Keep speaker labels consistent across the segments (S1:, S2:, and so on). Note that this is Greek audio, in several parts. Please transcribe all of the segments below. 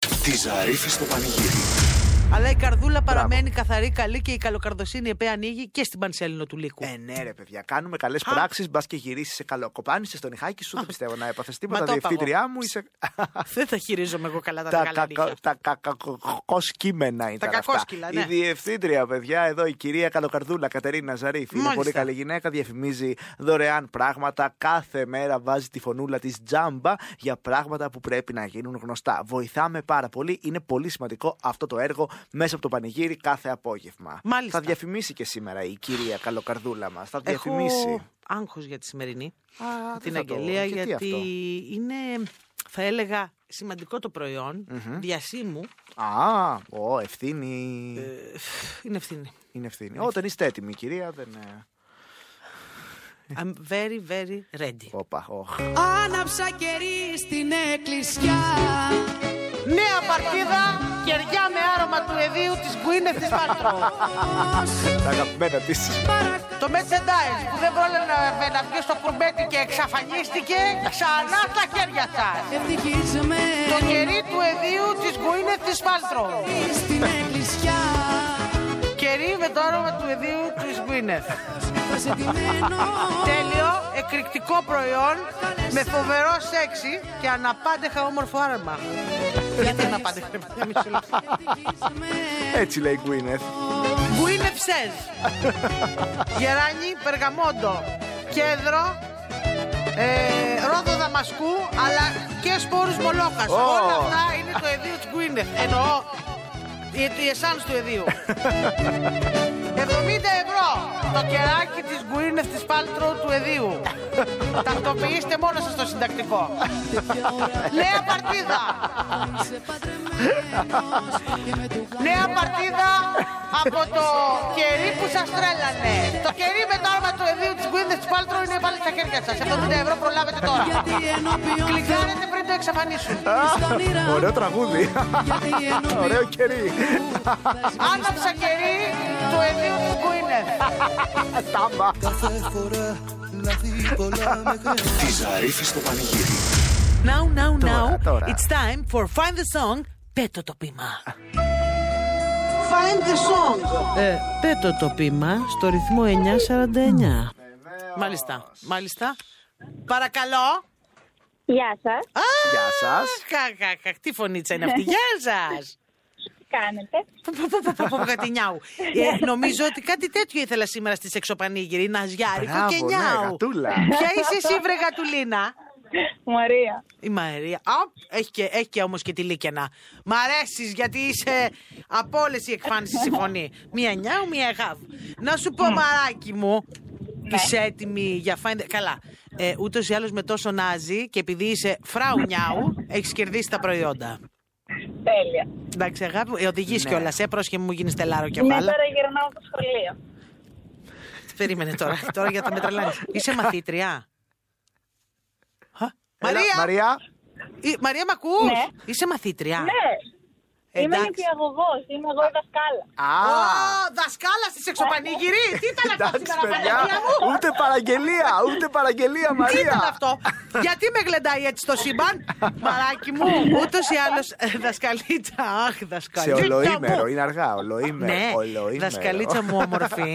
S1: Τη Ζαρίφη στο πανηγύρι.
S2: Αλλά η καρδούλα παραμένει καθαρή, καλή και η καλοκαρδοσύνη επέ ανοίγει και στην πανσέλινο του λύκου.
S3: Ε, ναι, ρε παιδιά. Κάνουμε καλές πράξεις. Μπας και γυρίσεις σε καλό κοπάνι, σε στον Ιχάκη σου. Δεν πιστεύω να έπαθες
S2: Μα
S3: τίποτα.
S2: το είπα
S3: Διευθύντριά μου είσαι.
S2: Δεν θα χειρίζομαι εγώ καλά τα, τα
S3: τα
S2: μεγάλα νύχια.
S3: κακό κείμενα ήταν. αυτά.
S2: κακόσκυλα, ναι.
S3: Η διευθύντρια, παιδιά, εδώ η κυρία Καλοκαρδούλα Κατερίνα Ζαρίφ. Είναι
S2: Μάλιστα.
S3: πολύ καλή γυναίκα, διαφημίζει δωρεάν πράγματα. Κάθε μέρα βάζει τη φωνούλα της τζάμπα για πράγματα που πρέπει να γίνουν γνωστά. Βοηθάμε πάρα πολύ. Είναι πολύ σημαντικό αυτό το έργο μέσα από το πανηγύρι κάθε απόγευμα.
S2: Μάλιστα.
S3: Θα διαφημίσει και σήμερα η κυρία Καλοκαρδούλα μας. Θα
S2: Έχω
S3: διαφημίσει.
S2: άγχος για τη σημερινή.
S3: Α, δεν
S2: την
S3: θα το-
S2: αγγελία,
S3: και τι
S2: γιατί
S3: αυτό?
S2: είναι, θα έλεγα, σημαντικό το προϊόν. Διασύμου.
S3: Α, ο, ευθύνη.
S2: Είναι Ε, ευθύνη.
S3: Είναι ευθύνη. Όταν είστε έτοιμοι, κυρία, δεν. ε,
S2: I'm very, very ready.
S3: Όπα, όχ.
S4: Άναψα κερί στην εκκλησιά
S2: Νέα παρτίδα, κεριά με άρωμα του εδίου της Γκουίνεθ της Πάρτρο.
S3: Τα αγαπημένα της.
S2: Το Merchandise που δεν πρόλαβε να, να βγει στο κουρμπέτι και εξαφανίστηκε, ξανά στα χέρια σας. Το
S4: Ευτυχισμένη
S2: κερί του εδίου της Γκουίνεθ της Πάρτρο.
S4: στην εκκλησιά
S2: Κερί με το άρωμα του εδίου της Γκουίνεθ.
S4: Προσετημένο
S2: Τέλειο, εκρηκτικό προϊόν με φοβερό σεξι και αναπάντεχα όμορφο άρωμα. Γιατί αναπάντεχα, ρε παιδί μου, μισό λεπτό.
S4: Ευτυχισμένη
S3: Έτσι λέει η Γκουίνεθ.
S2: Γκουίνεφ Σεζ. Γεράνι, Περγαμόντο, Κέντρο, ε, Ρόδο Δαμασκού, αλλά και σπόρους Μολόκας.
S3: Ω.
S2: Όλα αυτά είναι το εδίο της Γκουίνεφ. Εννοώ, η, η εσάνς του εδίου. 70 ευρώ το κεράκι της Γκουίνεφ της Πάλτρο του εδίου. Ταυτοποιήστε μόνο σας το συντακτικό. Νέα παρτίδα.
S4: Είσαι παντρεμένος Και με του
S2: Νέα παρτίδα από το κερί που σας τρέλανε. Το κερί με το άρμα του εδίου της Γκουίνδε τη Πάλτρο είναι πάλι στα χέρια σας. 70 ευρώ προλάβετε τώρα.
S4: Γιατί ενώπιον
S2: Κλικάρετε πριν το εξαφανίσουν.
S4: στα όνειρα
S3: Ωραίο τραγούδι.
S4: Γιατί ενώπιον
S3: Ωραίο κερί.
S2: Άναψα κερί του εδίου της Γκουίνεθ.
S3: Τάμπα.
S1: Τη Ζαρίφη στο πανηγύρι.
S2: Now, now, now,
S3: Τώρα, τώρα.
S2: it's time for Find the Song, πέτω το πείμα. Find the Song. Ε, πέτω το πείμα στο ρυθμό 949. Μάλιστα, μάλιστα. Παρακαλώ.
S5: Γεια σας.
S2: Α,
S3: Γεια σας.
S2: Χαχαχαχ, τι φωνήτσα είναι αυτή. Γεια σας.
S5: Τι κάνετε.
S2: Πω, πω, πω, πω, πω, πω, Κατηνιάου. Ε, Νομίζω ότι κάτι τέτοιο ήθελα σήμερα στις εξωπανήγυρη. Να ζιάρικο και
S3: Μπράβο, ναι,
S2: νιάου.
S3: γατούλα.
S2: Ποια είσαι εσύ, βρε γατουλίνα.
S5: Μαρία.
S2: Η Μαρία. Α, έχει και, έχει και όμως και τη Λίκαινα. Μ' αρέσεις γιατί είσαι από όλες οι εκφάνσεις συμφωνεί. Μία νιάου, μία γαβ. Να σου πω, μαράκι μου,
S3: Ναι.
S2: είσαι έτοιμη για find... Καλά, ε, ούτως ή άλλως με τόσο νάζι και επειδή είσαι φράου νιάου, έχεις κερδίσει τα προϊόντα.
S5: Τέλεια.
S2: Εντάξει, αγάπη μου, ε, οδηγείς
S3: Ναι.
S2: κιόλας, ε, πρόσχε μου γίνεις τελάρο κι εγώ.
S5: Ναι,
S2: αλλά-
S5: τώρα γυρνάω από το σχολείο.
S2: Περίμενε τώρα, τώρα για τα μετραλάνεις. Είσαι μαθήτρια. Χα,
S3: Έλα,
S2: Μαρία, Μαρία,
S3: Μαρία.
S2: Μαρία μ' ακούς?
S5: Ναι.
S2: Είσαι μαθήτρια.
S5: Ναι. Είμαι
S2: Ε, Εντάξει.
S5: νηπιαγωγός. Είμαι εγώ η δασκάλα.
S3: Α,
S2: Ω, δασκάλα στη σεξοπανηγυρή! Τι ήταν αυτό
S3: εντάξει
S2: σήμερα,
S3: παιδιά.
S2: Παναγία μου!
S3: Ούτε παραγγελία, ούτε παραγγελία
S2: Τι ήταν
S3: Μαρία.
S2: αυτό, γιατί με γλεντάει έτσι το σύμπαν, μαράκι μου. Ούτως ή άλλως, δασκαλίτσα, αχ,
S3: Σε
S2: δασκαλίτσα.
S3: ολοήμερο,
S2: μου.
S3: είναι αργά. Ολοήμερο.
S2: Ναι,
S3: ολοήμερο.
S2: δασκαλίτσα μου όμορφη,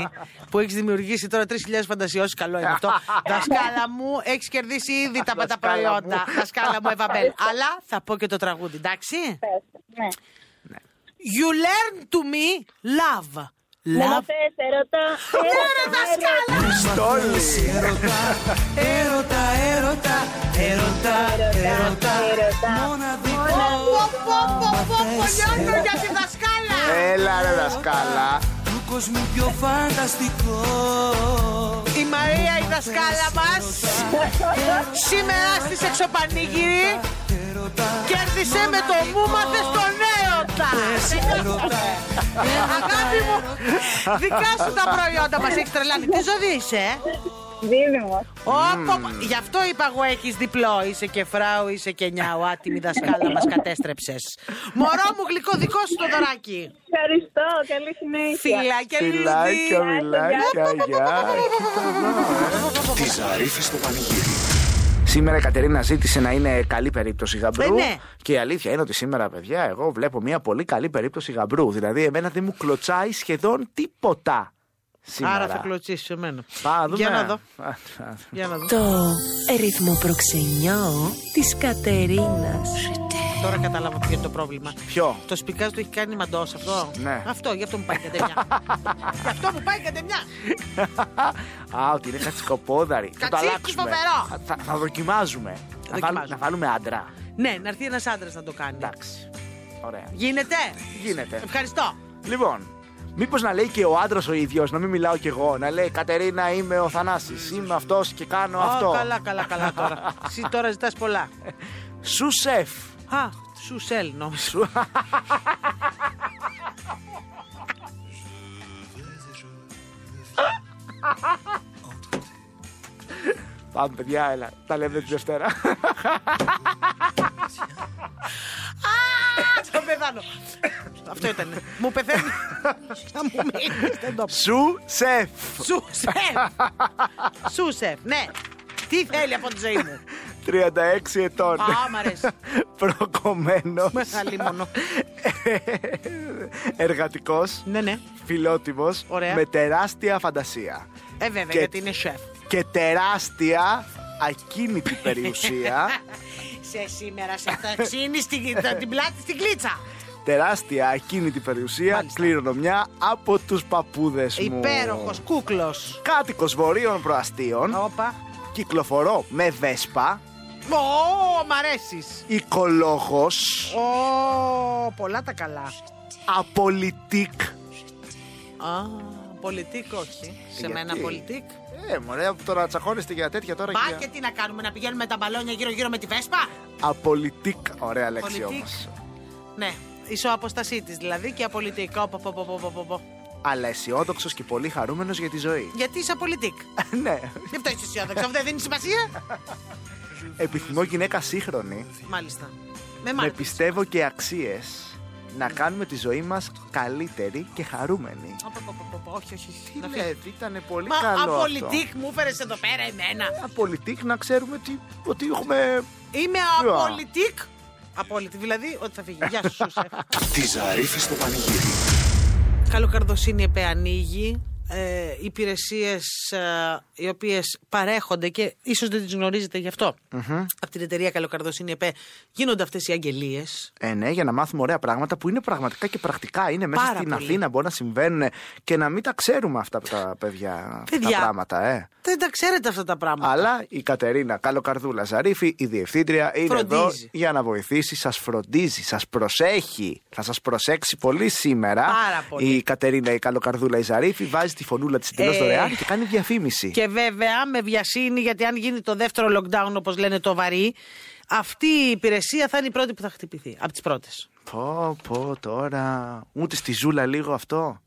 S2: που έχεις δημιουργήσει τώρα 3.000 φαντασιώσεις. Καλό είναι αυτό. Δασκάλα μου, έχεις κερδίσει ήδη τα, τα
S3: Ναι. Δασκάλα μου.
S2: προϊόντα. Δασκάλα μου, Εβαμπέλ. Αλλά θα πω και το τραγούδι, εντάξει.
S5: Πες. Ναι.
S2: You learn to me love.
S5: Μόνο
S2: Love.
S5: θες, ερώτα.
S2: Ναι, ρε, δασκάλα!
S3: Στόλι.
S5: Ερώτα, ερώτα.
S2: Πω, πω, πω, πω, πω, λιώνω για τη δασκάλα.
S3: Έλα ρε δασκάλα.
S2: Η Μαρία η δασκάλα μας σήμερα στις εξωπανήγυρη κέρδισε με το μου μάθες τον έρωτα. Αγάπη μου, δικά σου τα προϊόντα μας έχεις τρελάνει. Τι ζωή είσαι, ε?
S5: Δίδυμος.
S2: Όπο, γι' αυτό είπα εγώ έχεις διπλό. Είσαι και φράου, είσαι και νιάου. Άτιμη δασκάλα μας κατέστρεψες. Μωρό μου γλυκό δικό σου το δωράκι.
S5: Ευχαριστώ. Καλή συνέχεια.
S2: Φίλα και λουλούδι.
S3: Φιλάκια, μιλάκια, γεια.
S1: Τη Ζαρίφη στο πανηγύρι.
S3: Σήμερα η Κατερίνα ζήτησε να είναι καλή περίπτωση γαμπρού.
S2: Ε, ναι.
S3: Και η αλήθεια είναι ότι σήμερα, παιδιά, εγώ βλέπω μια πολύ καλή περίπτωση γαμπρού. Δηλαδή, εμένα δεν μου κλωτσάει σχεδόν τίποτα. Σήμερα.
S2: Άρα θα κλωτσίσεις σε μένα.
S3: Πάμε.
S2: Για να δω.
S3: Α, α,
S2: Για να δω.
S6: Το ρυθμό προξενιό της Κατερίνας.
S2: Τώρα κατάλαβα ποιο είναι το πρόβλημα.
S3: Ποιο?
S2: Το σπικάζ του έχει κάνει μαντό αυτό.
S3: Ναι.
S2: Αυτό, γι' αυτό μου πάει κατεμιά. γι' αυτό μου πάει κατεμιά.
S3: Α, ότι είναι κατσικοπόδαρη. θα το
S2: Κατσίκι
S3: αλλάξουμε.
S2: φοβερό.
S3: Θα, θα δοκιμάζουμε. Να, βάλουμε,
S2: Δοκιμάζουμε.
S3: να βάλουμε άντρα.
S2: ναι, να έρθει ένας άντρας να το κάνει.
S3: Εντάξει. Ωραία.
S2: Γίνεται.
S3: Γίνεται.
S2: Ευχαριστώ.
S3: Λοιπόν, μήπως να λέει και ο άντρας ο ίδιος, να μην μιλάω κι εγώ. Να λέει Κατερίνα, είμαι ο Θανάσης, Είμαι αυτός και κάνω
S2: Ω,
S3: αυτό.
S2: καλά, καλά, καλά τώρα. Εσύ τώρα ζητάς πολλά.
S3: Σου σεφ.
S2: Α, σου σέλ, νόμιζα.
S3: Σου- Πάμε, παιδιά, έλα. Τα λέμε τη Δευτέρα.
S2: Θα πεθάνω. Αυτό ήταν. Μου πεθαίνει. Θα μου μείνεις. Δεν το πω.
S3: Σου σεφ.
S2: Σου σεφ. Σου σεφ, ναι. Τι θέλει από τη ζωή μου.
S3: 36 ετών.
S2: Α, μ' αρέσει.
S3: Προκομμένος.
S2: Μεγαλήμονο.
S3: Εργατικός.
S2: Ναι, ναι.
S3: Φιλότιμος.
S2: Ωραία.
S3: Με τεράστια φαντασία.
S2: Ε, βέβαια,
S3: Και-
S2: γιατί είναι σεφ.
S3: Και τεράστια ακίνητη περιουσία.
S2: Σε σήμερα σε ταξίνι στην, τα- την πλάτη στην κλίτσα.
S3: τεράστια ακίνητη περιουσία.
S2: Μάλιστα.
S3: Κληρονομιά από τους παππούδες μου.
S2: Υπέροχος κούκλος.
S3: Κάτοικος βορείων προαστίων.
S2: Όπα.
S3: Κυκλοφορώ με βέσπα.
S2: Ω, μ' αρέσεις.
S3: Οικολόγος.
S2: Ω, πολλά τα καλά.
S3: Απολιτικ.
S2: Α, πολιτικ όχι. Σε
S3: Γιατί?
S2: μένα πολιτικ.
S3: Ε, μωρέ, τώρα τσακώνεστε για τέτοια τώρα.
S2: Μα
S3: για-
S2: και τι να κάνουμε, να πηγαίνουμε τα μπαλόνια γύρω-γύρω με τη Βέσπα.
S3: Απολιτικ. Ωραία λέξη
S2: Πολιτικ.
S3: όμως.
S2: Ναι, ισοαποστασή της δηλαδή και απολυτικό. Πο, πο, πο, πο, πο, πο, πο.
S3: Αλλά αισιόδοξος και πολύ χαρούμενος για τη ζωή.
S2: Γιατί είσαι απολυτικ.
S3: ναι.
S2: Γι' αυτό είσαι αισιόδοξος, αυτό δεν δίνει σημασία.
S3: Επιθυμώ γυναίκα σύγχρονη.
S2: Μάλιστα. Με
S3: Με
S2: μάλιστα.
S3: πιστεύω και αξίες. Να κάνουμε τη ζωή μας καλύτερη και χαρούμενη.
S2: Ω, πο, πο, πο, πο, πο, Όχι, όχι. όχι.
S3: Τι
S2: Να φύγω.
S3: λέτε, ήταν πολύ
S2: Μα
S3: καλό.
S2: απολυτικ μου έφερε εδώ πέρα εμένα.
S3: Αυτό. Απολυτικ να ξέρουμε τι, ότι έχουμε.
S2: Είμαι
S3: Ποιο?
S2: απολυτικ. Απόλυτη, δηλαδή ότι θα φύγει. Γεια σου, Σουσέφ.
S1: Τη Ζαρίφη στο πανηγύρι.
S2: Καλοκαρδοσύνη ΕΠΕ ανοίγει. Ε, υπηρεσίες ε, οι οποίες παρέχονται και ίσως δεν τις γνωρίζετε γι' αυτό από την εταιρεία Καλοκαρδοσύνη ΕΠΕ γίνονται αυτές οι αγγελίες
S3: Ε, ναι, για να μάθουμε ωραία πράγματα που είναι πραγματικά και πρακτικά. Είναι μέσα
S2: Πάρα
S3: στην
S2: πολύ.
S3: Αθήνα, μπορεί να συμβαίνουν και να μην τα ξέρουμε αυτά τα παιδιά.
S2: Παιδιά.
S3: Τα πράγματα, ε.
S2: δεν τα ξέρετε αυτά τα πράγματα
S3: Αλλά η Κατερίνα Καλοκαρδούλα Ζαρίφη, η διευθύντρια, είναι εδώ
S2: Φροντίζει.
S3: για να βοηθήσει. Σας φροντίζει, σας προσέχει. Θα σας προσέξει πολύ σήμερα.
S2: Πάρα πολύ.
S3: Η Κατερίνα, η Καλοκαρδούλα η Ζαρίφη, βάζει τη φωνούλα της εντελώς
S2: Ε,
S3: δωρεάν και κάνει διαφήμιση.
S2: και βέβαια με βιασύνη γιατί αν γίνει το δεύτερο lockdown όπως λένε το βαρύ αυτή η υπηρεσία θα είναι η πρώτη που θα χτυπηθεί από τις πρώτες
S3: Πω, πω τώρα. Ούτε στη ζούλα λίγο αυτό.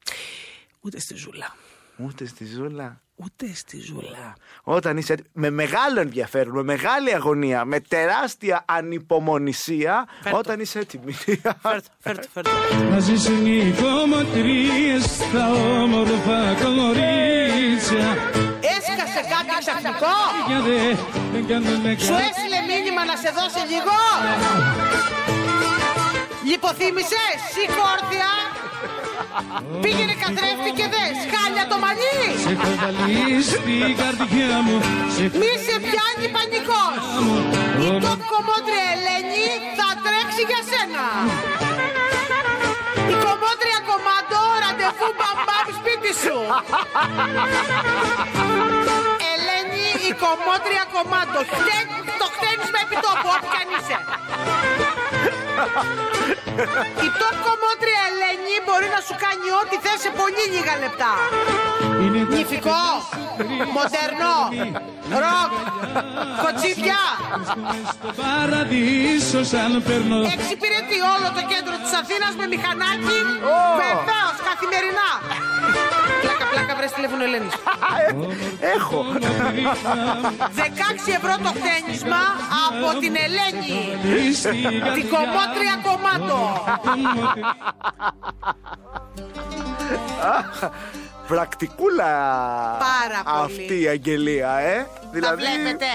S2: ούτε στη ζούλα
S3: Ούτε στη ζούλα.
S2: ούτε στη ζούλα
S3: Όταν είσαι έτοιμη- με μεγάλο ενδιαφέρον, με μεγάλη αγωνία, με τεράστια ανυπομονησία,
S2: Φέρτο.
S3: όταν είσαι έτοιμη.
S2: φέρτο, φέρτο, φέρτο.
S7: Μαζί είναι οι κομμωτρίες, τα όμορφα κορίτσια
S2: Έσκασε κάτι ξαφνικό!
S7: Για δε, δεν κάνουμε
S2: Σου
S7: καλά
S2: έστειλε μήνυμα να σε δώσει λίγο! Λιποθύμησε, σηκώρθια! Πήγαινε καθρέφτη και δες, χάλια το μαλλί!
S7: Σε κοβαλεί στην καρδιά μου, σε
S2: Μη σε πιάνει πανικός! Η top κομμότρια Ελένη θα τρέξει για σένα! Η κομμότρια κομμάτο, ραντεβού μπαμπάμ σπίτι σου! Ελένη, η κομμότρια κομμάτο, χτέ- το χτένεις με επιτόπου, όπου κι αν είσαι! Η top κομμότρια Ελένη μπορεί να σου κάνει ό,τι θες σε πολύ λίγα λεπτά!
S7: Είναι τα
S2: Νηφικό, μοντέρνο, ροκ, κοτσίδια.
S7: μες στο παραδείσο σαν περνώ
S2: Εξυπηρετεί όλο το κέντρο της Αθήνας με μηχανάκι. Βεβαίως, καθημερινά. Πλάκα, πλάκα, βρες τηλέφωνο Ελένης.
S3: Έχω.
S7: Κομμωτρία
S2: 16 ευρώ το χτένισμα από την Ελένη.
S7: μου, στην
S2: Την
S7: καρδιά
S2: κομμότρια κομμάτο.
S3: Πρακτικούλα
S2: Πάρα πολύ.
S3: αυτή η αγγελία, ε. Δηλαδή,
S2: Τα βλέπετε.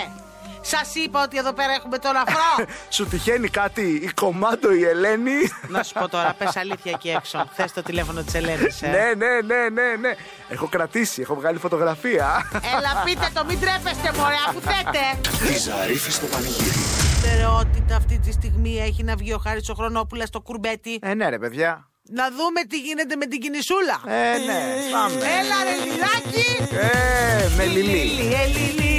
S2: Σας είπα ότι εδώ πέρα έχουμε τον αφρό.
S3: Σου τυχαίνει κάτι η κομμάτο η Ελένη.
S2: Να σου πω τώρα, πες αλήθεια εκεί έξω. Θες το τηλέφωνο της Ελένης. Ε.
S3: ναι, ναι, ναι, ναι, ναι. Έχω κρατήσει, έχω βγάλει φωτογραφία.
S2: Έλα, πείτε το, μην τρέπεστε, μωρέ, αφού θέτε.
S1: Τη Ζαρίφη στο πανηγύρι.
S2: Προτεραιότητα αυτή τη στιγμή έχει να βγει ο Χάρης ο Χρονόπουλα στο κουρμπέτι.
S3: ε, ναι, ρε παιδιά.
S2: Να δούμε τι γίνεται με την κινησούλα.
S3: Ε, ναι, πάμε.
S2: Έλα, ρε, λιλάκι.
S3: Ε, με λιλί.
S2: Λιλί, ε, λιλί,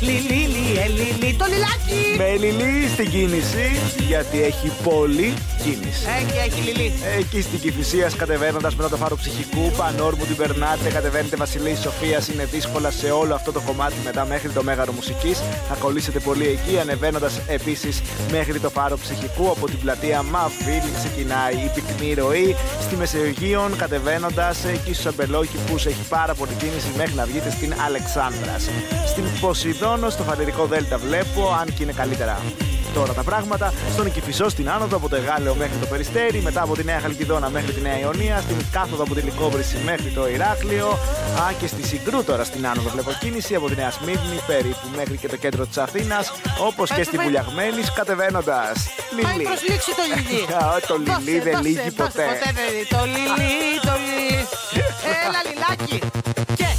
S2: λιλί, λι, ε, λιλί, το λιλάκι.
S3: Με λιλί στην κίνηση, γιατί έχει πολλή κίνηση.
S2: Έχει, έχει λιλί.
S3: Εκεί στην Κυφυσίας, κατεβαίνοντας μετά το φάρο ψυχικού, πανόρμου την περνάτε, κατεβαίνετε Βασιλή Σοφία. Είναι δύσκολα σε όλο αυτό το κομμάτι μετά μέχρι το μέγαρο μουσικής. Θα κολλήσετε πολύ εκεί, ανεβαίνοντας επίσης μέχρι το φάρο ψυχικού. Από την πλατεία Μαβίλη ξεκινάει η πυκνή ροή. Στη Μεσαιογείων, κατεβαίνοντας εκεί στους Αμπελόκηπους, έχει πάρα πολύ κίνηση μέχρι να βγείτε στην Αλεξάνδρας. Στην Ποσειδόνο, στο φανερικό Δέλτα, βλέπω, αν και είναι καλύτερα τώρα τα πράγματα. Στον Οικηφισό στην άνοδο από το Εγάλεο μέχρι το Περιστέρι, μετά από τη Νέα Χαλκιδόνα μέχρι τη Νέα Ιωνία, στην κάθοδο από τη Λικόβρηση μέχρι το Ηράκλειο. Α, και στη Συγκρού τώρα στην άνοδο βλέπω κίνηση από τη Νέα Σμύρνη περίπου μέχρι και το κέντρο της Αθήνας, όπως και
S2: Πάει,
S3: στην
S2: πάει.
S3: Βουλιαγμένης κατεβαίνοντας.
S2: Πάει
S3: Λίλι.
S2: προς λήξη το λιλί.
S3: Α, το λιλί
S2: Δώσε,
S3: δεν
S2: δώσε,
S3: λύγει
S2: δώσε,
S3: ποτέ.
S2: δεν λύγει. Το λιλί, το λιλί. Έλα, λιλάκι. Και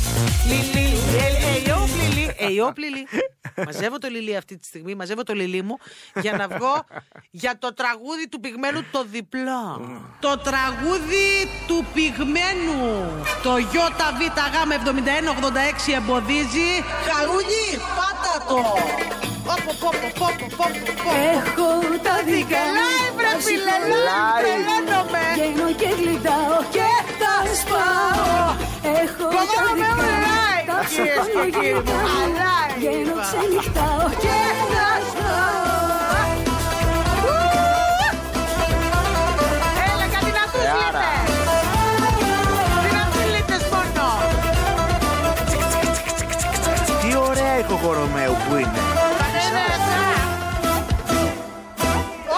S2: λιλί, ε, εϊόπ λιλί, εϊόπ λιλί. Μαζεύω το λιλί αυτή τη στιγμή, μαζεύω το λιλί μου για να βγω για το τραγούδι του πυγμένου το διπλό. Το τραγούδι του πυγμένου. Το ΙΒΓ7186 εμποδίζει. Χαρούνι, πάτα το. Πόπο, πόπο, πόπο, πόπο, πόπο.
S8: Έχω τα δικά μου
S2: Live, ρε
S8: τα
S2: ε, φίλε,
S8: σηκώνω,
S2: live,
S3: Live.
S2: τρελαίνομαι.
S8: Βγαίνω και γλιτάω και τα σπάω Έχω τα
S2: Κομμάτι
S8: δικά
S2: με
S8: μου
S2: live,
S8: τα
S2: κυρίες και
S8: σηκώνω
S2: κύριοι.
S8: και τα
S2: Alive.
S8: Βγαίνω ξενυχτάω και τα σπάω
S2: Έλα, κάτι να τους
S3: Άρα.
S2: λέτε. Δυνατούς λίτες μόνο.
S3: Τι ωραία η Κοκορομέου που είναι.
S2: Κανένα εδώ.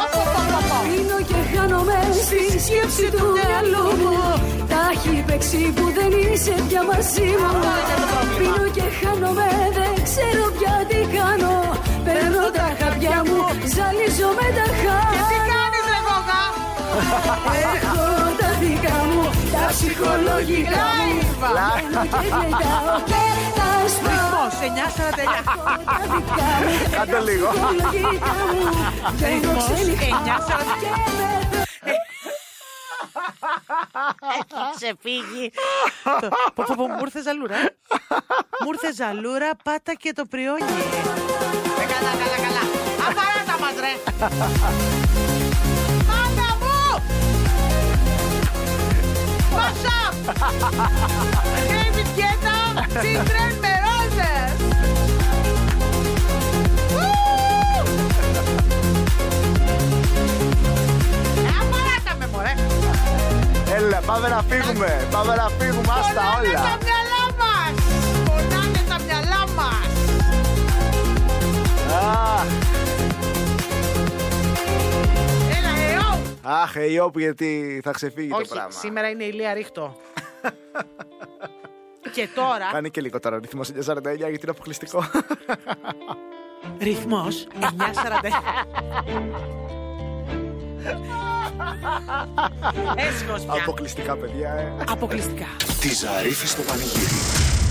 S2: Όπο, πω, πω, πω.
S8: Πίνω και χάνομαι στη σκέψη του μυαλού μου Τα έχει παίξει που δεν είσαι πια μαζί μου Πίνω και χάνομαι δεν ξέρω πια τι κάνω Παίρνω τα χαπιά μου, ζαλίζω με τα
S2: Και τι
S8: χάρη
S2: κάνεις, ρε Γόγα.
S8: Έχω τα δικά μου, τα ψυχολογικά μου
S2: Live.
S8: Παίρνω και γλεντάω και τα σπάω
S2: Ρυθμός, 9.49.
S8: Τα δικά μου,
S3: Κάντε
S8: τα
S3: λίγο.
S8: ψυχολογικά μου Παίρνω
S2: Ρυθμός,
S8: ξενυχτάω
S2: 9.49.
S8: και με
S2: ξεφύγει. πω, πω, πω, μου ήρθε ζαλούρα. μου ήρθε ζαλούρα, πάτα και το πριόνι. Ε, καλά, καλά, καλά. Απαράτα μας, ρε. Πάτα μου! Πάσα! David Guetta, Children με ρόζες. Ου! Ε, Απαράτα με, μωρέ.
S3: Έλα, πάμε να φύγουμε. Πάμε να φύγουμε. Άστα
S2: Πονάνε τα
S3: όλα.
S2: μυαλά μας! Πονάνε τα μυαλά μας!
S3: Αχ.
S2: Έλα, ε, ω!
S3: Αχ, η όπου γιατί θα ξεφύγει το
S2: Όχι,
S3: πράγμα.
S2: σήμερα είναι η Λία Ρίχτο. και τώρα.
S3: Κάνει και λίγο τώρα ο ρυθμός 949 γιατί είναι αποκλειστικό.
S2: Ρυθμός 9.40. Έσχος πια.
S3: Αποκλειστικά, παιδιά. ε.
S2: Αποκλειστικά.
S1: Τη Ζαρίφη στο πανηγύρι.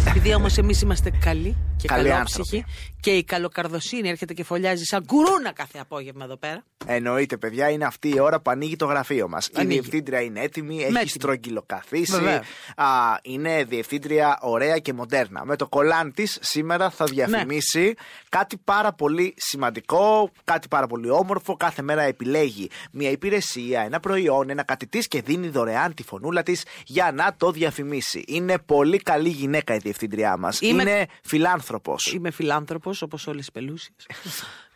S2: Επειδή όμως εμείς είμαστε καλοί και
S3: Καλοί
S2: καλόψυχοι και η καλοκαρδοσύνη έρχεται και φωλιάζει σαν κουρούνα κάθε απόγευμα εδώ πέρα.
S3: Εννοείται, παιδιά, είναι αυτή η ώρα που ανοίγει το γραφείο μας. Η
S2: Ανοίγει.
S3: διευθύντρια είναι έτοιμη, έχει
S2: Έτοιμη.
S3: στρογγυλοκαθίσει.
S2: Βέβαια.
S3: Α, είναι διευθύντρια ωραία και μοντέρνα. Με το κολάν της σήμερα
S2: Ναι.
S3: θα διαφημίσει κάτι πάρα πολύ σημαντικό, κάτι πάρα πολύ όμορφο. Κάθε μέρα επιλέγει μια υπηρεσία, ένα προϊόν, ένα κάτι της και δίνει δωρεάν τη φωνούλα της για να το διαφημίσει. Είναι πολύ καλή γυναίκα η διευθύντριά μας.
S2: Είμαι-
S3: Είναι φιλάνθρωπος.
S2: Είμαι φιλάνθρωπος όπως όλες οι πελούσιες.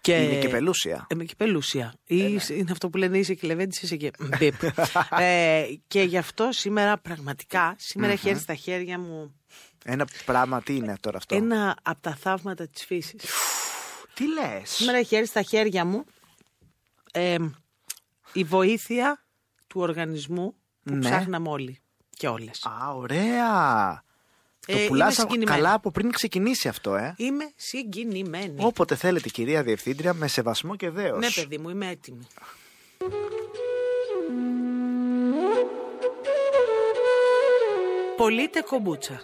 S2: και...
S3: Είναι και πελούσια.
S2: Είμαι και Ε, πελούσια. Ή Είναι αυτό που λένε είσαι και λεβέντης, είσαι και μπιπ. ε, και γι' αυτό σήμερα πραγματικά, σήμερα έχει έρθει στα χέρια μου
S3: Ένα πράγμα, τι είναι τώρα αυτό.
S2: ένα από τα θαύματα της φύσης.
S3: Τι λες.
S2: σήμερα έχει έρθει στα χέρια μου ε, η βοήθεια του οργανισμού που
S3: Ναι.
S2: ψάχναμε όλοι και όλες.
S3: Α, ωραία. το
S2: Ε, είμαι
S3: πουλάσα
S2: συγκινημένη.
S3: καλά από πριν ξεκινήσει αυτό, ε.
S2: Είμαι συγκινημένη.
S3: Όποτε θέλετε, κυρία Διευθύντρια, με σεβασμό και δέος.
S2: Ναι, παιδί μου, είμαι έτοιμη. Πολύτε κομπούτσα.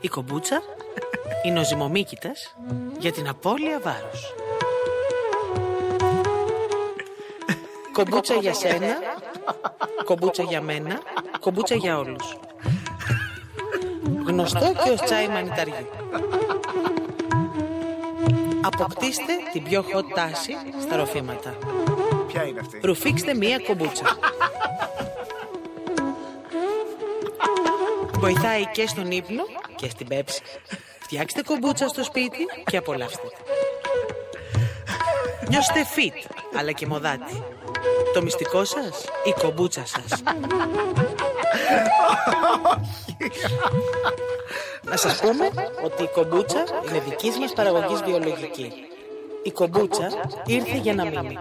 S2: Η κομπούτσα είναι ο ζυμομύκητας για την απώλεια βάρους. Κομπούτσα για σένα, κομπούτσα για μένα, κομπούτσα για όλους. Γνωστό και ως τσάι μανιταριού. Αποκτήστε την πιο hot τάση στα ροφήματα.
S3: Ποια είναι αυτή.
S2: Ρουφήξτε μία κομπούτσα. Βοηθάει και στον ύπνο και στην πέψη. Φτιάξτε κομπούτσα στο σπίτι και απολαύστε. Νιώστε fit, αλλά και μοδάτη. Το μυστικό σας, η κομπούτσα σας. Να σας πούμε ότι η κομπούτσα είναι δικής μας παραγωγής βιολογική. Η κομπούτσα ήρθε για να μείνει.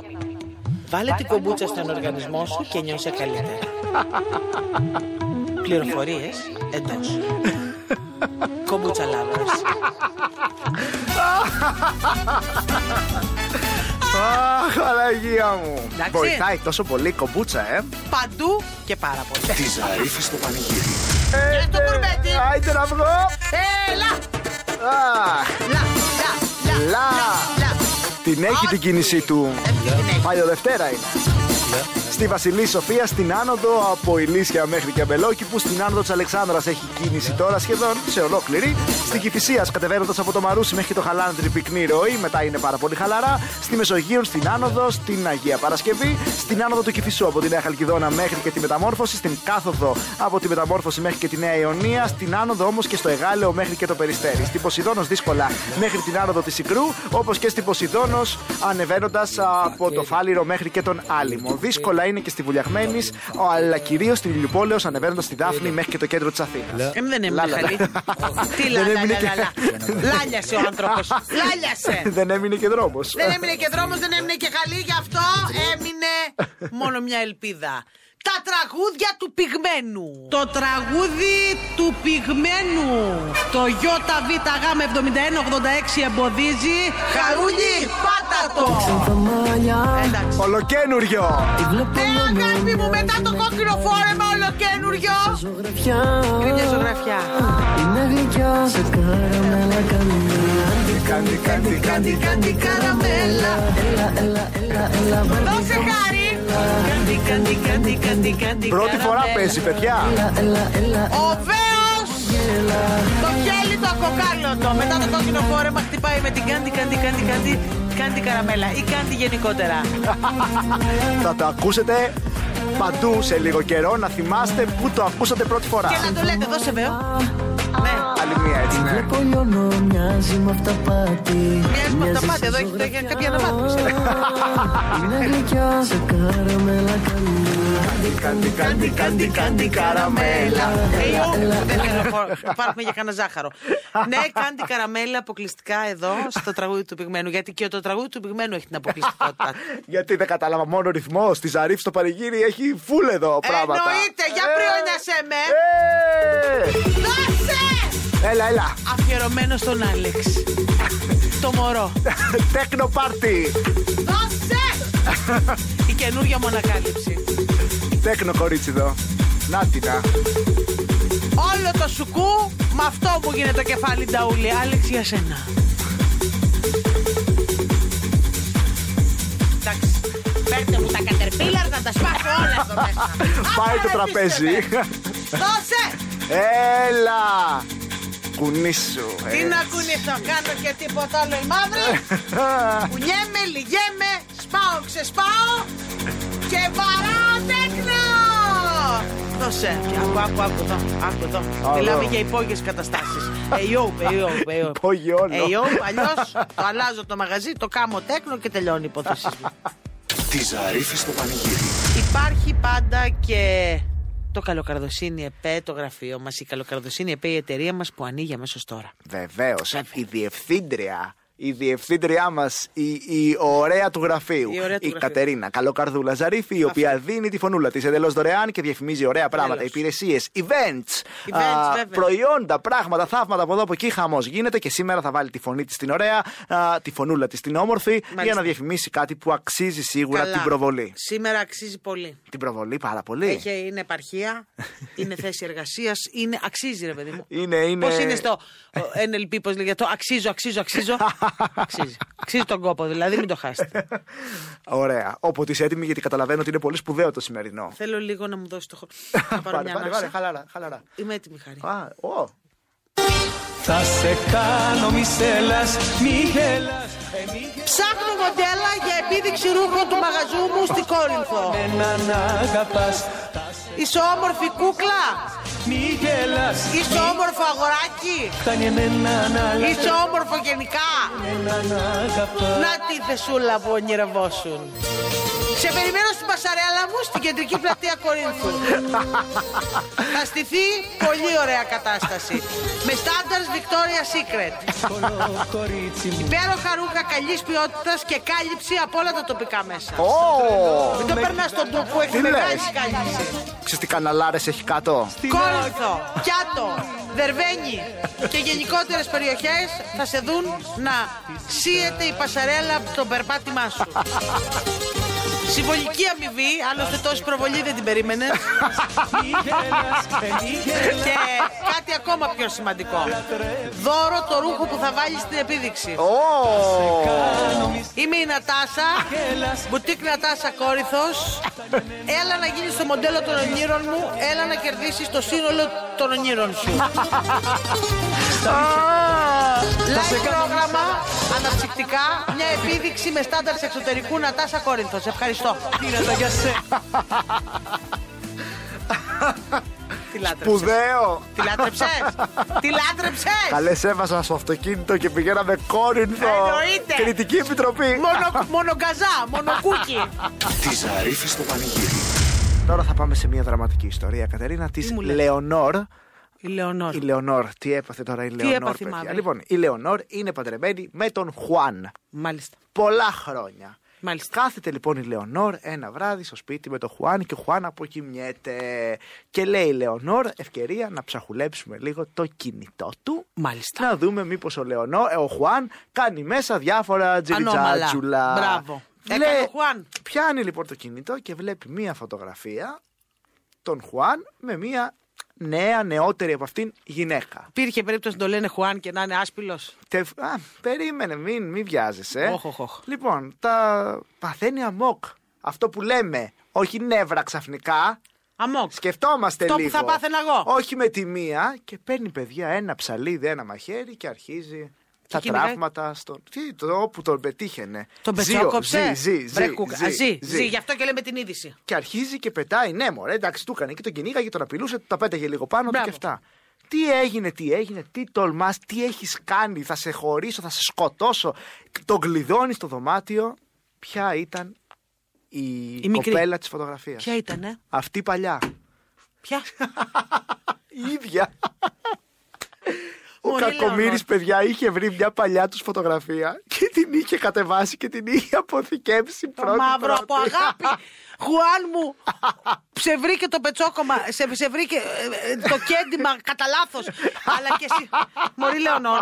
S2: Βάλε την κομπούτσα στον οργανισμό σου και νιώσε καλύτερα. Πληροφορίες εντός. Κομπούτσα lovers.
S3: Αχ, Παναγία μου.
S2: Εντάξει.
S3: Βοηθάει τόσο πολύ η κομπούτσα, ε.
S2: Παντού και πάρα πολύ.
S1: Τη Ζαρίφη στο πανηγύρι.
S3: Ε,
S2: το
S3: ε,
S2: κουρμπέτι.
S3: Άιντε να βγω.
S2: Έλα!
S3: Αχ,
S2: Λα, λα, λα,
S3: Λα.
S2: λα.
S3: Την έχει την κίνησή του.
S2: την έχει.
S3: Παλιοδευτέρα είναι. Στη Βασιλή Σοφία, στην άνοδο από Ηλίσια μέχρι και Αμπελόκηπου, στην άνοδο της Αλεξάνδρας έχει κίνηση τώρα σχεδόν σε ολόκληρη. Στην Κυφυσίας, κατεβαίνοντας από το Μαρούσι μέχρι το Χαλάνδρη, πυκνή ροή, μετά είναι πάρα πολύ χαλαρά. Στη Μεσογείο, στην άνοδο, στην Αγία Παρασκευή, στην άνοδο του Κυφισού από τη Νέα Χαλκιδόνα μέχρι και τη Μεταμόρφωση, στην κάθοδο από τη Μεταμόρφωση μέχρι και τη Νέα Ιωνία, στην άνοδο όμως και στο Εγάλεο μέχρι και το Περιστέρι. Στην Ποσειδόνο δύσκολα μέχρι την άνοδο της Σικρού, όπως και στην Ποσειδόνο ανεβαίνοντα από το Φάληρο μέχρι και τον Άλυμο. Δύσκολα είναι και στη Βουλιαγμένης, αλλά κυρίως στην Λιουπόλεως ανεβαίνοντας τη Δάφνη μέχρι και το κέντρο της Αθήνας.
S2: Εμ δεν έμεινε
S3: Λάλα.
S2: χαλή. Τι
S3: Δεν
S2: λα, λα, λα,
S3: έμεινε και-
S2: λα, λα. Λάλιασε ο άνθρωπος. Λάλιασε.
S3: Δεν έμεινε και δρόμος.
S2: Δεν έμεινε και δρόμος, δεν έμεινε και χαλή, γι' αυτό έμεινε μόνο μια ελπίδα. Τα τραγούδια του πυγμένου. Το τραγούδι του πυγμένου. Το ΙΒΓ7186 εμποδίζει. Χαρούλι, πάτα το. Εντάξει.
S3: Ολοκένουριο!
S2: Ε, αγάπη μου, μετά το κόκκινο φόρεμα ολοκένουριο. Είναι μια ζωγραφιά.
S3: Κάντι, κάντι, κάντι.
S2: Κάντι, κάντι, καραμέλα. Δώσε χάρη. Κάντι, κάντι, κάντι, κάντι, κάντι,
S3: Πρώτη φορά
S2: καραμέλα.
S3: παίζει, παιδιά.
S2: Ο Βέος Το πιέλι το κοκάλωτο Μετά το κόκκινο φόρεμα χτυπάει με την κάντι, κάντι, κάντι, κάντι Κάντι καραμέλα ή κάντι γενικότερα
S3: Θα το ακούσετε παντού σε λίγο καιρό να θυμάστε που το ακούσατε πρώτη φορά.
S2: Και να το λέτε, δώσε Βέο Ναι,
S3: Άλλη μία έτσι, ναι.
S2: μοιάζει με αυταπάτη Εδώ έχει έχει κάποια αναμάτρηση
S3: Κάντι, κάντι, κάντι, κάντι, καραμέλα.
S2: Δεν θέλω χώρο. Πάρουμε για κανένα ζάχαρο. Ναι, κάντε καραμέλα αποκλειστικά εδώ στο τραγούδι του πυγμένου. Γιατί και το τραγούδι του πυγμένου έχει την αποκλειστικότητα. του.
S3: Γιατί δεν κατάλαβα μόνο ο ρυθμό τη Ζαρίφ στο παρηγύρι έχει φουλ εδώ πράγματα.
S2: Εννοείται, για
S3: Ε,
S2: πριόνιασέ με.
S3: ε,
S2: Δώσε!
S3: Έλα, έλα.
S2: Αφιερωμένο στον Άλεξ. Το μωρό.
S3: Τέκνο πάρτι.
S2: Δώσε! Η καινούργια μονακάλυψη.
S3: Τέκνο κορίτσι εδώ. Να την να.
S2: Όλο το σουκού με αυτό μου γίνεται το κεφάλι νταούλι. Άλεξ για σένα. Εντάξει. Παίρντε μου τα κατερπίλαρ να τα σπάσω όλα εδώ μέσα.
S3: Πάει το
S2: Απαρατήστε
S3: τραπέζι.
S2: με. Δώσε!
S3: Έλα. Κουνήσου. ε.
S2: Τι να κουνηθώ, κάνω και τίποτα άλλο η μαύρη. Κουνιέμαι, λυγέμαι, σπάω, ξεσπάω και βαράω τέκνο! Δώσε, άκου, άκου, άκου εδώ, άκου εδώ.
S3: Άλλο.
S2: Μιλάμε για υπόγειες καταστάσεις. Ε, Εϊό, εϊό, εϊό.
S3: Υπόγειο όλο.
S2: Εϊό, Ε, αλλιώς το αλλάζω το μαγαζί, το κάμω τέκνο και τελειώνει η υπόθεση. μου.
S1: Τη Ζαρίφη στο πανηγύρι.
S2: Υπάρχει πάντα και το καλοκαρδοσύνη ΕΠΕ, το γραφείο μας, η καλοκαρδοσύνη ΕΠΕ, η εταιρεία μας που ανοίγει αμέσως τώρα.
S3: Βεβαίως. Η ε, διευθύντρια η διευθύντριά μας, η, η ωραία του γραφείου,
S2: Η ωραία του γραφείου.
S3: Κατερίνα Καλοκαρδούλα Ζαρίφη, η οποία δίνει τη φωνούλα της εντελώς δωρεάν και διαφημίζει ωραία πράγματα, υπηρεσίες, events,
S2: Events, βέβαια.
S3: προϊόντα, πράγματα, θαύματα από εδώ από εκεί. Χαμός γίνεται και σήμερα θα βάλει τη φωνή της την ωραία, α, τη φωνούλα της την όμορφη, για να διαφημίσει κάτι που αξίζει σίγουρα
S2: Καλά.
S3: την προβολή.
S2: Σήμερα αξίζει πολύ.
S3: Την προβολή πάρα πολύ.
S2: Έχει, είναι επαρχία, είναι θέση εργασίας, είναι, αξίζει ρε παιδί μου.
S3: Είναι, είναι.
S2: Πώς είναι στο ο, NLP, πώς λέγεται το αξίζω, αξίζω, αξίζω. αξίζει. Αξίζει τον κόπο, δηλαδή μην το χάσετε.
S3: Ωραία. Όποτε είσαι έτοιμη, γιατί καταλαβαίνω ότι είναι πολύ σπουδαίο το σημερινό.
S2: Θέλω λίγο να μου δώσει το χρόνο. Να πάρω
S3: Πάρε,
S2: μια
S3: πάρε, πάρε,
S2: ανάσα.
S3: χαλαρά, χαλαρά.
S2: Είμαι έτοιμη, Χάρη.
S3: Α, ω.
S7: Θα σε κάνω μη σέλας, μη γελάς ε, μη
S2: Ψάχνω μοντέλα για επίδειξη ρούχων του μαγαζού μου στην Κόρινθο.
S7: γελάς, να αγαπάς Θα σε
S2: Είσαι όμορφη κούκλα.
S7: μη γελάς
S2: Είσαι όμορφο αγοράκι.
S7: Φτάνει εμένα να
S2: Είσαι όμορφο γενικά.
S7: λένε να αγαπάς
S2: Να τη θεσούλα που ονειρευόσουν. Σε περιμένω στην πασαρέλα μου στην κεντρική πλατεία Κορίνθου. Θα στηθεί πολύ ωραία κατάσταση. Με στάνταρς Victoria's Secret.
S7: Κολό κορίτσι μου
S2: Υπέροχα ρούχα καλής ποιότητας και κάλυψη από όλα τα τοπικά μέσα.
S3: Ω!
S2: Μην το περνάς στον τούπο που έχει
S3: Ναι, Τι λες?
S2: μεγάλη κάλυψη.
S3: Ξέρεις τι καναλάρες έχει κάτω.
S7: Στην άκρη
S2: Κόρινθο, Πιάτο, Δερβένη και γενικότερες περιοχές θα σε δουν να σύεται η πασαρέλα από το περπάτημά σου. Συμβολική αμοιβή, άλλωστε τόση προβολή δεν την περίμενε.
S7: μη γελάς, ε, μη γελάς
S2: και κάτι ακόμα πιο σημαντικό. Δώρο το ρούχο που θα βάλει στην επίδειξη.
S3: Ω!
S2: Είμαι η Νατάσα, μπουτίκ Νατάσα Κόρυθος. Έλα να γίνεις το μοντέλο των ονείρων μου, έλα να κερδίσεις το σύνολο των ονείρων σου. Live πρόγραμμα, αναψυκτικά, μια επίδειξη με στάνταρ εξωτερικού Νατάσα Κόρινθος. Ευχαριστώ.
S7: Γίνεται για σένα
S2: Τι λάτρεψες.
S3: Πουδαίο!
S2: Τι λάτρεψες. Τι λάτρεψες.
S3: Καλέ έβαζα στο αυτοκίνητο και πηγαίναμε κόρινθο.
S2: Εννοείται.
S3: Κριτική επιτροπή.
S2: Μόνο, μόνο γκαζά, μόνο κούκι.
S1: Τη Ζαρίφη στο πανηγύρι.
S3: Τώρα θα πάμε σε μια δραματική ιστορία, Κατερίνα, της
S2: μου λες?
S3: Λεωνόρ.
S2: Η Λεωνόρ.
S3: Η Λεωνόρ, τι έπαθε τώρα η Λεωνόρ,
S2: έπαθε η
S3: παιδιά.
S2: μαύρη?
S3: Λοιπόν, η Λεωνόρ είναι παντρεμένη με τον Χουάν.
S2: Μάλιστα.
S3: πολλά χρόνια.
S2: Μάλιστα.
S3: Κάθεται λοιπόν η Λεωνόρ ένα βράδυ στο σπίτι με τον Χουάν και ο Χουάν αποκοιμιέται. Και λέει η Λεωνόρ, ευκαιρία να ψαχουλέψουμε λίγο το κινητό του.
S2: Μάλιστα.
S3: Να δούμε μήπως ο, Λεωνό- ε, ο Χουάν κάνει μέσα διάφορα τζιριτζάτζουλα.
S2: Μπράβο.
S3: Βλέ-
S2: Έκανε ο Χουάν.
S3: Πιάνει λοιπόν το κινητό και βλέπει μία φωτογραφία τον Χουάν με μία νέα, νεότερη από αυτήν γυναίκα.
S2: Υπήρχε περίπτωση να το λένε Χουάν και να είναι άσπυλο.
S3: Τε... Α, περίμενε, μην, μην βιάζεσαι. ε.
S2: Οχ, οχ, οχ.
S3: Λοιπόν, τα παθαίνει αμόκ. Αυτό που λέμε, όχι νεύρα ξαφνικά.
S2: Αμόκ.
S3: Σκεφτόμαστε
S2: Αυτό που
S3: λίγο.
S2: θα πάθαινα εγώ.
S3: Όχι με τη μία και παίρνει παιδιά ένα ψαλίδι, ένα μαχαίρι και αρχίζει τα
S2: κυνηγάει.
S3: τραύματα στον. Τι, το όπου τον πετύχαινε.
S2: Τον
S3: Ζύο,
S2: πετσόκοψε.
S3: Ζει, ζει,
S2: Βρε
S3: ζει,
S2: κούκα.
S3: ζει,
S2: Ζει,
S3: ζει.
S2: ζει. Γι' αυτό και λέμε την είδηση.
S3: Και αρχίζει και πετάει. Ναι, μωρέ, εντάξει, του έκανε και τον κυνήγαγε, τον απειλούσε, του τα πέταγε λίγο πάνω του
S2: Μπράβο.
S3: και αυτά. Τι έγινε, τι έγινε, τι τολμάς, τι έχεις κάνει, θα σε χωρίσω, θα σε σκοτώσω. Τον κλειδώνει στο δωμάτιο. Ποια ήταν η,
S2: Η μικρή.
S3: κοπέλα της φωτογραφίας.
S2: Ποια ήτανε.
S3: Αυτή παλιά.
S2: Ποια.
S3: Η ίδια. Ο
S2: Μωρή
S3: Κακομήρη,
S2: Λεωνόρ.
S3: παιδιά, είχε βρει μια παλιά τους φωτογραφία και την είχε κατεβάσει και την είχε αποθηκεύσει
S2: Το
S3: πρώτη.
S2: μαύρο
S3: πρώτη.
S2: από αγάπη. Χουάν μου. Σε βρήκε το πετσόκομα. Σε, σε βρήκε ε, ε, το κέντημα κατά λάθος. Αλλά και εσύ. Μωρή Λεωνόρ.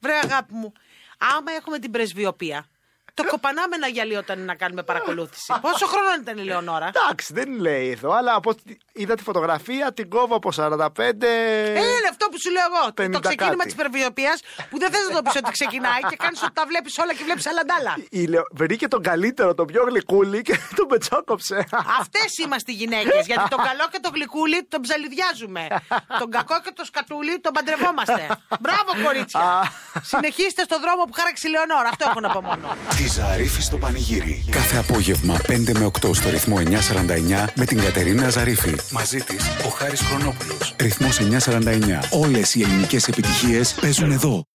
S2: Βρε αγάπη μου. Άμα έχουμε την πρεσβειοποία. Το κοπανάμε ένα γυαλί όταν είναι να κάνουμε παρακολούθηση. Πόσο χρόνο ήταν η Λεωνόρα.
S3: Εντάξει, δεν λέει εδώ, αλλά από ό,τι είδα τη φωτογραφία, την κόβω από 45.
S2: Ε, είναι αυτό που σου λέω εγώ.
S3: 50
S2: Το ξεκίνημα
S3: κάτι.
S2: της υπερβιοπίας που δεν θες να το πεις ότι ξεκινάει και κάνεις ότι τα βλέπεις όλα και βλέπεις άλλα αντ' άλλα.
S3: Η Λεω- Βρήκε τον καλύτερο, τον πιο γλυκούλη και τον πετσόκοψε.
S2: Αυτές είμαστε οι γυναίκες. Γιατί τον καλό και τον γλυκούλι τον ψαλιδιάζουμε. τον κακό και τον σκατούλι τον παντρευόμαστε. Μπράβο, κορίτσια. Συνεχίστε στον δρόμο που χάραξε η Λεωνόρα. Αυτό έχω να πω μόνο.
S1: Τη Ζαρίφη στο πανηγύρι.
S9: Κάθε απόγευμα 5 με 8 στο ρυθμό 949 με την Κατερίνα Ζαρίφη.
S1: Μαζί της ο Χάρης Χρονόπουλος.
S9: Ρυθμός 949. Όλες οι ελληνικές επιτυχίες παίζουν εδώ.